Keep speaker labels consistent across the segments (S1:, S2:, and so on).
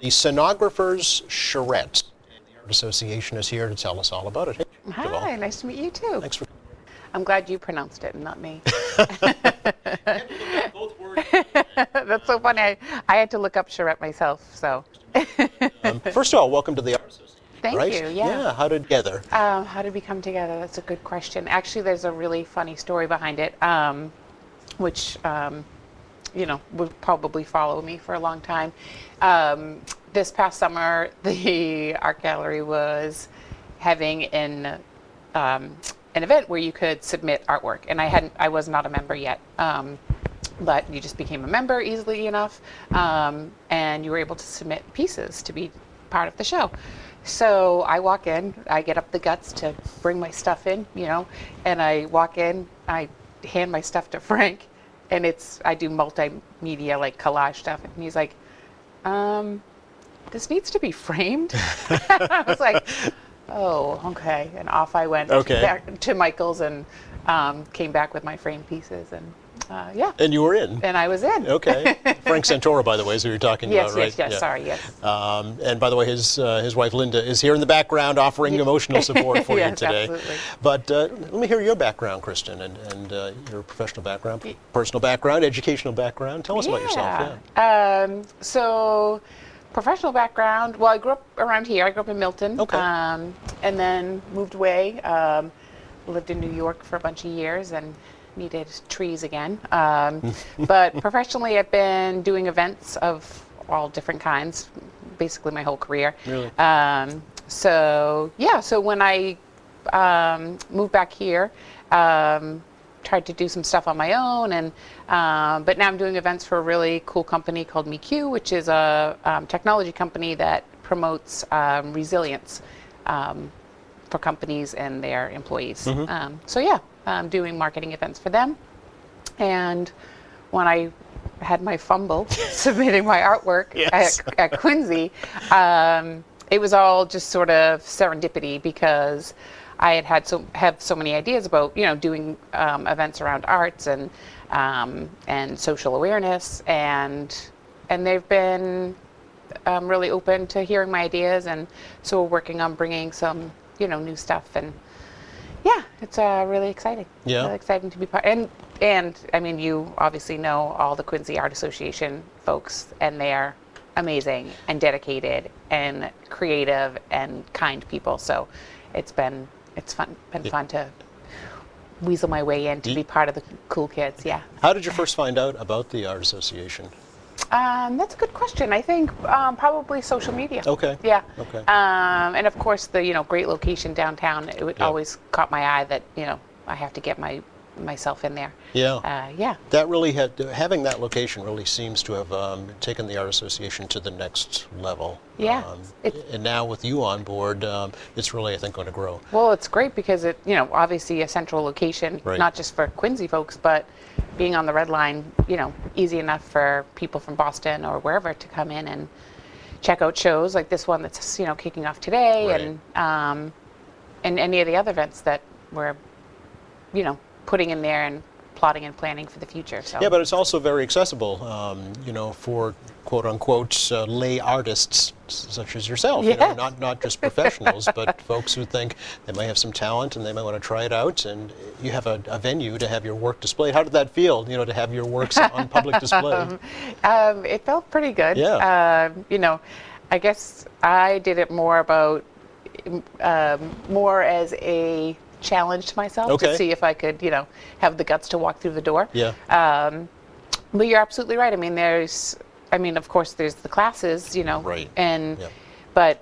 S1: The Sonographers Charrette. And the Art Association is here to tell us all about it. Hey, Joelle.
S2: Hi, nice to meet you too.
S1: Thanks for
S2: I'm glad you pronounced it and not me.
S3: Both words.
S2: That's so funny. I, I had to look up charrette myself, so
S1: um, First of all, welcome to the Art Association.
S2: thank
S1: right?
S2: you. Yeah.
S1: how did together?
S2: Um, how did we come together? That's a good question. Actually, there's a really funny story behind it, um, which um, you know would probably follow me for a long time. Um, this past summer, the art gallery was having an um, an event where you could submit artwork, and I hadn't, I was not a member yet. Um, but you just became a member easily enough, um, and you were able to submit pieces to be part of the show. So I walk in, I get up the guts to bring my stuff in, you know, and I walk in, I hand my stuff to Frank, and it's I do multimedia like collage stuff, and he's like, um, "This needs to be framed." I was like, "Oh, okay," and off I went
S1: Okay.
S2: back to Michael's and um, came back with my framed pieces, and uh, yeah,
S1: And you were in.
S2: and I was in.
S1: Okay. Frank Santoro, by the way, is who you're talking
S2: Yes,
S1: about, right?
S2: yes, yes.
S1: Yeah.
S2: Sorry, yes.
S1: Um, and by the way, his uh, his wife Linda is here in the background offering emotional support for you
S2: Yes,
S1: today.
S2: absolutely.
S1: But uh, let me hear your background, Kristen, and, and uh, your professional background, personal background, educational background. Tell us about yourself. Yeah.
S2: Um, so, professional background. Well, I grew up around here. I grew up in Milton.
S1: Okay.
S2: Um, and then moved away. Um, lived in New York for a bunch of years and needed trees again. Um, but professionally, I've been doing events of all different kinds, basically my whole career.
S1: Really?
S2: Um, so yeah. So when I um, moved back here. Um, tried to do some stuff on my own, and um, but now I'm doing events for a really cool company called MeQ, which is a um, technology company that promotes um, resilience um, for companies and their employees. Um, so yeah, I'm doing marketing events for them, and when I had my fumble submitting my artwork
S1: Yes.
S2: at, at Quincy, um, it was all just sort of serendipity because I had had so have so many ideas about you know doing um, events around arts and um, and social awareness and and they've been um, really open to hearing my ideas and so we're working on bringing some you know new stuff and yeah, it's uh, really exciting.
S1: Yeah.
S2: really exciting to be part. And and I mean, you obviously know all the Quincy Art Association folks, and they are amazing and dedicated and creative and kind people. So it's been it's fun been fun to weasel my way in to
S1: Ye-
S2: be part of the cool kids. Yeah.
S1: How did you first find out about the Art Association?
S2: Um, that's a good question. I think um, probably social media.
S1: Okay.
S2: Yeah.
S1: Okay.
S2: Um, and of course, the you know great location downtown. It would
S1: Yeah.
S2: always caught my eye that you know I have to get my myself in there.
S1: Yeah.
S2: Uh, yeah.
S1: That really had having that location really seems to have um, taken the art association to the next level.
S2: Yeah,
S1: Um,
S2: it's-
S1: and now with you on board, um, it's really I think going to grow.
S2: Well, it's great because it you know obviously a central location,
S1: Right.
S2: not just for Quincy folks, but being on the red line, you know, easy enough for people from Boston or wherever to come in and check out shows like this one that's you know kicking off today
S1: Right.
S2: and um, and any of the other events that we're you know putting in there and plotting and planning for the future. So
S1: Yeah, but it's also very accessible, um, you know, for quote unquote uh, lay artists s- such as yourself. You know,
S2: Yes.
S1: not not just professionals, but folks who think they may have some talent and they may want to try it out. And you have a, a venue to have your work displayed. How did that feel? You know, to have your works on public display.
S2: um, it felt pretty good.
S1: Yeah.
S2: Um, you know, I guess I did it more about um, more as a challenge to myself
S1: Okay.
S2: to see if I could, you know, have the guts to walk through the door.
S1: Yeah.
S2: Um, but you're absolutely right. I mean, there's, I mean, of course, there's the classes, you know,
S1: Right.
S2: and,
S1: Yep.
S2: but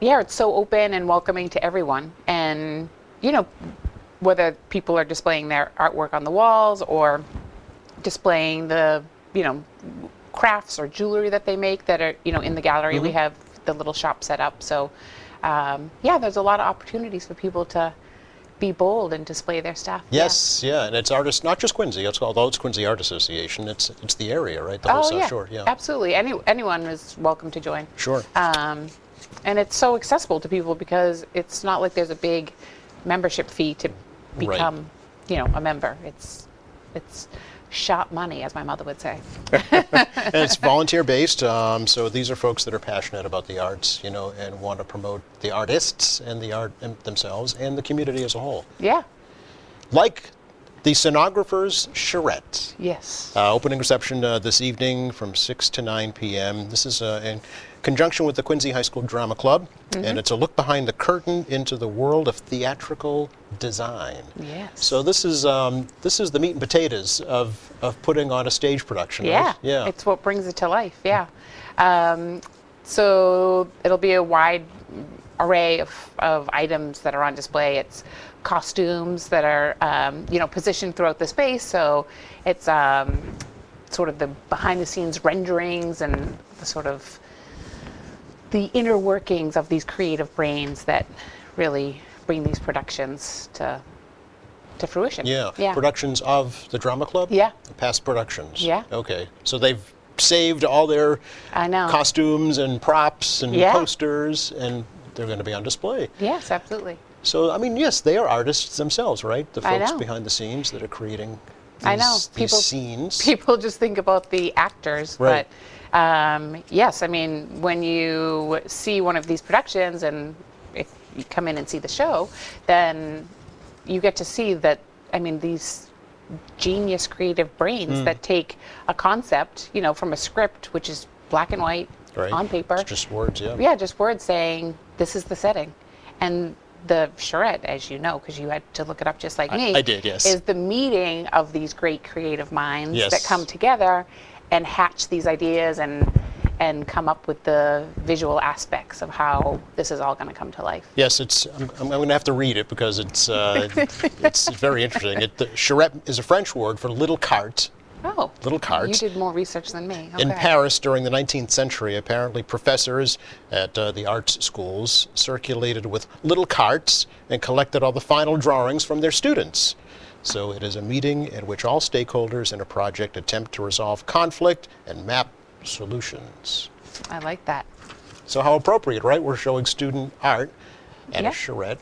S2: yeah, it's so open and welcoming to everyone. And, you know, whether people are displaying their artwork on the walls or displaying the, you know, crafts or jewelry that they make that are, you know, in the gallery, we
S1: Mm-hmm.
S2: have the little shop set up. So, um, yeah, there's a lot of opportunities for people to be bold and display their stuff. Yeah.
S1: Yes, yeah. and it's artists, not just Quincy. It's although it's Quincy Art Association, it's it's the area, right? The whole
S2: Oh,
S1: South
S2: yeah.
S1: Shore. Yeah,
S2: Absolutely. Any, anyone is welcome to join.
S1: sure.
S2: Um, and it's so accessible to people because it's not like there's a big membership fee to
S1: Right.
S2: become, you know, a member. It's, it's shop money, as my mother would say.
S1: And it's volunteer based, um, so these are folks that are passionate about the arts, you know, and want to promote the artists and the art them- themselves and the community as a whole.
S2: Yeah.
S1: Like the Sonographers Charrette.
S2: Yes.
S1: Uh, opening reception uh, this evening from 6 to 9 p.m. This is uh, in conjunction with the Quincy High School Drama Club,
S2: Mm-hmm.
S1: and it's a look behind the curtain into the world of theatrical design.
S2: Yes.
S1: So this is um, this is the meat and potatoes of, of putting on a stage production. right?
S2: Yeah.
S1: Yeah.
S2: It's what brings it to life. Yeah. Um, so it'll be a wide array of, of items that are on display. It's costumes that are, um, you know, positioned throughout the space. So it's um, sort of the behind the scenes renderings and the sort of the inner workings of these creative brains that really bring these productions to to fruition.
S1: yeah.
S2: Yeah.
S1: Productions of the drama club.
S2: Yeah.
S1: Past productions.
S2: Yeah.
S1: Okay. So they've saved all their
S2: I know.
S1: costumes and props and
S2: Yeah.
S1: posters, and they're going to be on display.
S2: yes, absolutely.
S1: So, I mean, yes, they are artists themselves, right? The
S2: I
S1: folks
S2: know.
S1: behind the scenes that are creating these,
S2: I know.
S1: these
S2: People-
S1: scenes.
S2: people just think about the actors,
S1: Right.
S2: but um, yes, I mean when you see one of these productions, and if you come in and see the show, then you get to see that. I mean these genius creative
S1: Hmm.
S2: brains that take a concept, you know, from a script which is black and white
S1: right?
S2: on paper,
S1: It's just words, yeah.
S2: yeah, just words saying this is the setting, and the charrette, as you know, because you had to look it up just like me.
S1: I did, yes.
S2: Is the meeting of these great creative minds that
S1: Yes.
S2: come together and hatch these ideas and and come up with the visual aspects of how this is all going to come to life.
S1: Yes, it's. I'm, I'm going to have to read it because it's uh, it's very interesting. It, the, charrette is a French word for little cart.
S2: Oh,
S1: Little cart.
S2: You did more research than me.
S1: In
S2: Okay.
S1: Paris during the 19th century, apparently professors at uh, the arts schools circulated with little carts and collected all the final drawings from their students. So it is a meeting at which all stakeholders in a project attempt to resolve conflict and map solutions.
S2: I like that.
S1: So how appropriate, right? We're showing student art and
S2: Yeah.
S1: a charrette.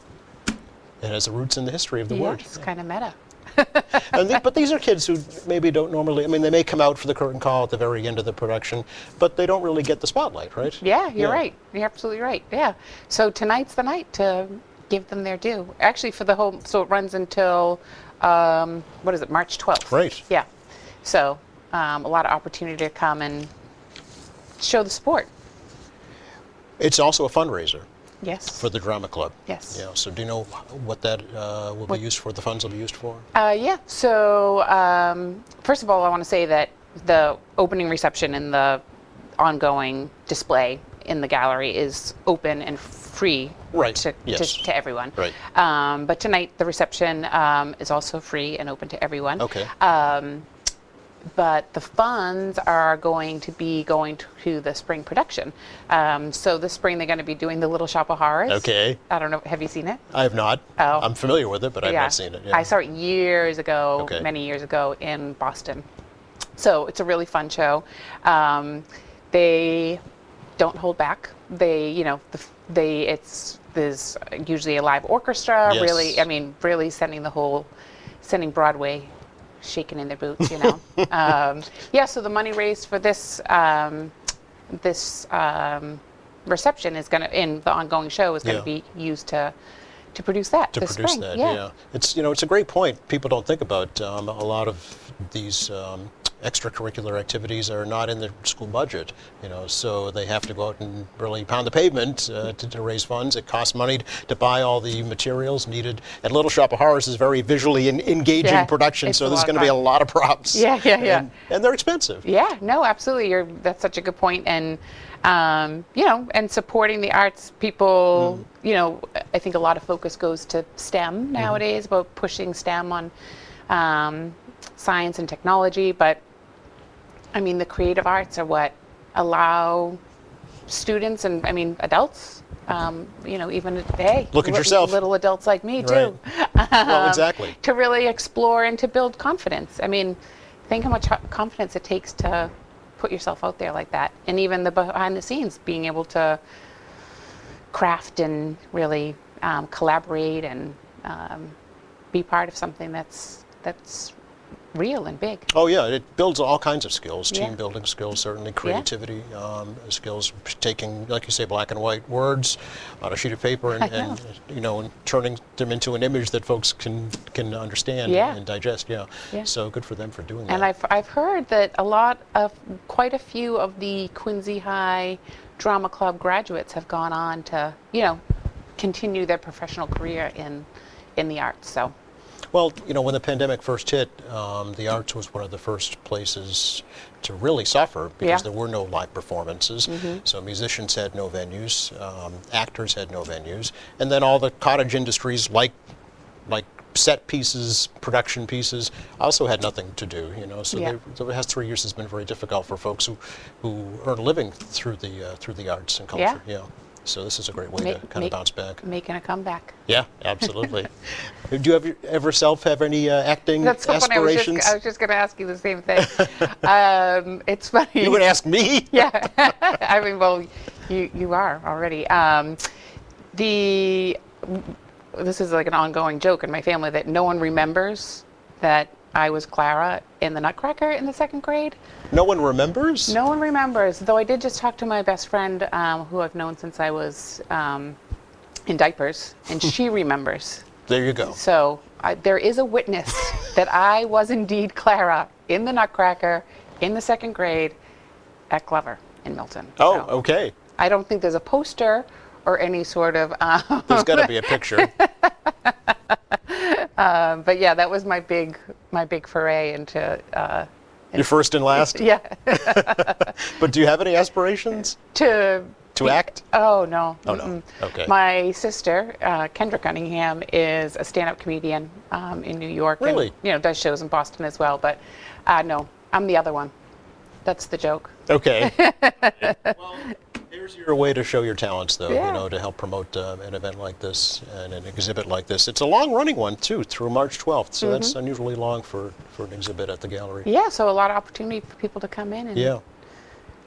S1: It has the roots in the history of the
S2: Yeah,
S1: word.
S2: it's kind of meta.
S1: And the- but these are kids who maybe don't normally. I mean, they may come out for the curtain call at the very end of the production, but they don't really get the spotlight, right?
S2: Yeah, you're right. You're absolutely right. Yeah. So tonight's the night to give them their due. Actually, for the whole, so it runs until, um, what is it, March 12th?
S1: Right.
S2: Yeah. So um, a lot of opportunity to come and show the sport.
S1: It's also a fundraiser
S2: Yes.
S1: for the drama club.
S2: Yes.
S1: Yeah. So do you know what that uh, will be used for? The funds will be used for?
S2: Uh, yeah. So um, first of all, I want to say that the opening reception and the ongoing display in the gallery is open and free
S1: Right,
S2: to,
S1: yes.
S2: to, to everyone.
S1: Right.
S2: Um, but tonight, the reception um, is also free and open to everyone.
S1: Okay.
S2: Um, but the funds are going to be going to the spring production. Um, so this spring, they're going to be doing the Little Shop of Horrors.
S1: Okay.
S2: I don't know. Have you seen it?
S1: I have not.
S2: Oh.
S1: I'm familiar with it, but I've
S2: yeah.
S1: not seen it. Yeah.
S2: I saw it years ago,
S1: Okay.
S2: many years ago in Boston. So it's a really fun show. Um, they don't hold back. They, you know, the, f- they it's there's usually a live orchestra.
S1: Yes.
S2: Really, I mean, really sending the whole, sending Broadway shaking in their boots. You know, um, yeah. So the money raised for this um, this um, reception is going to in the ongoing show is going
S1: Yeah.
S2: to be used to to produce that
S1: to
S2: this
S1: produce
S2: spring.
S1: that.
S2: yeah.
S1: it's you know it's a great point. People don't think about um, a lot of these um, extracurricular activities are not in the school budget. You know, so they have to go out and really pound the pavement uh, to, to raise funds. It costs money to buy all the materials needed. And Little Shop of Horrors is very visually en- engaging
S2: Yeah,
S1: production,
S2: it's
S1: so
S2: a
S1: there's
S2: lot of
S1: going to be a
S2: fun.
S1: lot of props.
S2: Yeah, yeah, yeah.
S1: And, and they're expensive.
S2: Yeah, no, absolutely. You're that's such a good point, and um, you know, and supporting the arts people.
S1: Mm-hmm.
S2: You know, I think a lot of focus goes to STEM nowadays about pushing STEM on um, science and technology, but I mean, the creative arts are what allow students and I mean adults. Um, you know, even hey,
S1: Look at
S2: li-
S1: yourself.
S2: little adults like me too
S1: Right.
S2: Um,
S1: well, exactly.
S2: to really explore and to build confidence. I mean, think how much ho- confidence it takes to put yourself out there like that, and even the behind the scenes, being able to craft and really um, collaborate and um, be part of something that's that's real and big.
S1: Oh yeah, it builds all kinds of skills:
S2: Yeah.
S1: team building skills, certainly creativity um, skills, taking, like you say, black and white words on a sheet of paper and,
S2: I know.
S1: and you know, and turning them into an image that folks can can understand
S2: Yeah.
S1: and digest. Yeah.
S2: Yeah.
S1: So good for them for doing that.
S2: And I've, I've heard that a lot of, quite a few of the Quincy High Drama Club graduates have gone on to, you know, continue their professional career in, in the arts. So,
S1: Well, you know, when the pandemic first hit, um, the arts was one of the first places to really suffer because
S2: Yeah. Mm-hmm.
S1: there were no live performances. So musicians had no venues, um, actors had no venues, and then all the cottage industries like like set pieces, production pieces, also had nothing to do. You know, so
S2: Yeah.
S1: they, the past three years has been very difficult for folks who who earn a living through the uh, through the arts and
S2: Yeah.
S1: culture. Yeah. So this is a great way
S2: Make-
S1: to kind
S2: make-
S1: of bounce back.
S2: making a comeback.
S1: Yeah, absolutely. Do you ever, ever self have any uh, acting
S2: That's so funny. I was
S1: aspirations?
S2: just, I was just going to ask you the same thing. um, it's funny.
S1: you would ask me.
S2: yeah. I mean, well, you you are already. Um, the this is like an ongoing joke in my family that no one remembers that I was Clara in the Nutcracker in the second grade.
S1: No one remembers.
S2: No one remembers, though I did just talk to my best friend, um, who I've known since I was um, in diapers, and she remembers.
S1: There you go.
S2: So I, there is a witness that I was indeed Clara in the Nutcracker in the second grade at Glover in Milton.
S1: Oh,
S2: So-
S1: okay.
S2: I don't think there's a poster or any sort of, um,
S1: There's got to be a picture.
S2: but yeah, that was my big, my big foray into, uh,
S1: Your first and last.
S2: yeah,
S1: But do you have any aspirations
S2: to.
S1: to act?
S2: Oh no.
S1: Oh, no.
S2: Mm-mm.
S1: Okay.
S2: My sister, uh, Kendra Cunningham, is a stand-up comedian um, in New York. and,
S1: Really?
S2: you know, does shows in Boston as well. But uh, no, I'm the other one. That's the joke.
S1: Okay. well, there's your way to show your talents, though.
S2: Yeah.
S1: You know, to help promote uh, an event like this and an exhibit like this. It's a long-running one too, through March 12th. So that's unusually long for for an exhibit at the gallery.
S2: Mm-hmm. Yeah. So a lot of opportunity for people to come in and
S1: Yeah.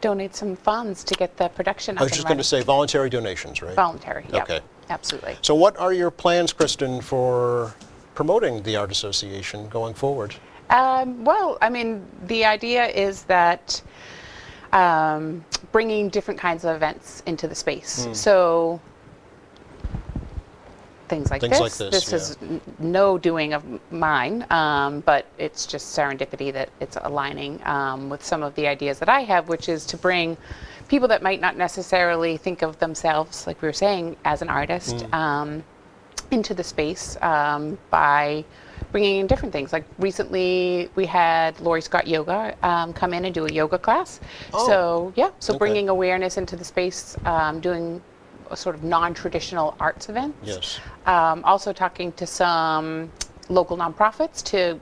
S2: donate some funds to get the production up
S1: I was
S2: and
S1: just going to
S2: running.
S1: say voluntary donations, right?
S2: voluntary. Yep.
S1: Okay.
S2: Absolutely.
S1: So, what are your plans, Kristen, for promoting the Art Association going forward?
S2: Um, well, I mean, the idea is that um, bringing different kinds of events into the space.
S1: Hmm.
S2: So things like
S1: Things
S2: this.
S1: like this,
S2: is n- no doing of m- mine, um, but it's just serendipity that it's aligning um, with some of the ideas that I have, which is to bring people that might not necessarily think of themselves, like we were saying, as an artist.
S1: Hmm.
S2: Um, into the space um, by bringing in different things. Like recently, we had Lori Scott Yoga um, come in and do a yoga class.
S1: Oh.
S2: So yeah, so
S1: Okay.
S2: bringing awareness into the space, um, doing a sort of non-traditional arts events.
S1: Yes.
S2: Um, also talking to some local nonprofits to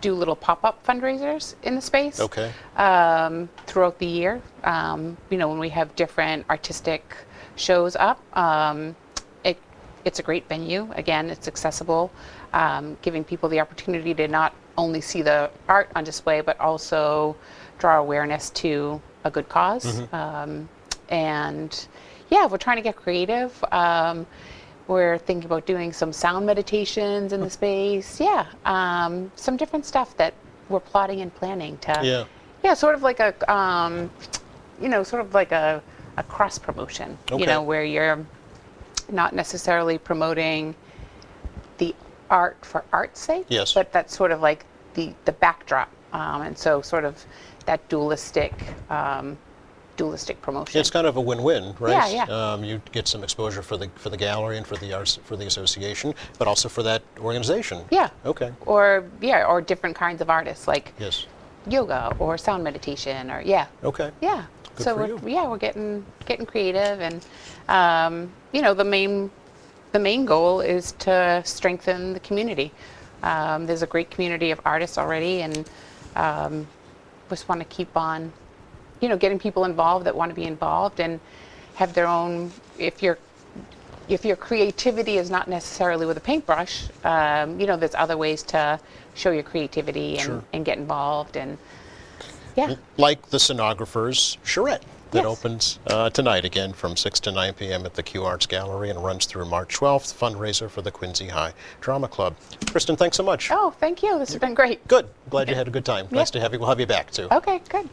S2: do little pop-up fundraisers in the space
S1: Okay.
S2: um, throughout the year. Um, you know, when we have different artistic shows up, um, it, it's a great venue. Again, it's accessible, um, giving people the opportunity to not only see the art on display, but also draw awareness to a good because Um, and yeah, we're trying to get creative. Um, we're thinking about doing some sound meditations in the space. Yeah, um, some different stuff that we're plotting and planning to
S1: Yeah.
S2: yeah, sort of like a, um, you know, sort of like a, a cross promotion.
S1: Okay.
S2: You know, where you're not necessarily promoting the art for art's sake.
S1: Yes.
S2: But that's sort of like the the backdrop, um, and so sort of that dualistic, um, dualistic promotion.
S1: It's kind of a win-win, right?
S2: Yeah, yeah.
S1: Um, you get some exposure for the for the gallery and for the arts for the association, but also for that organization.
S2: yeah.
S1: Okay.
S2: Or yeah, or different kinds of artists like
S1: Yes.
S2: yoga or sound meditation or yeah,
S1: Okay.
S2: Yeah.
S1: Good
S2: so
S1: for
S2: we're,
S1: you.
S2: yeah, we're getting getting creative, and um, you know the main the main goal is to strengthen the community. Um, there's a great community of artists already, and um, just want to keep on, you know, getting people involved that want to be involved and have their own. If your if your creativity is not necessarily with a paintbrush, um, you know, there's other ways to show your creativity and,
S1: Sure.
S2: and get involved and yeah.
S1: Like the sonographers, charrette. that
S2: Yes.
S1: opens uh, tonight again from 6 to 9 p.m. at the Q Arts Gallery and runs through March 12th, fundraiser for the Quincy High Drama Club. Kristen, thanks so much.
S2: Oh, thank you. This has been great.
S1: Good. Glad you had a good time. Nice to have you. We'll have you back too.
S2: Okay, good.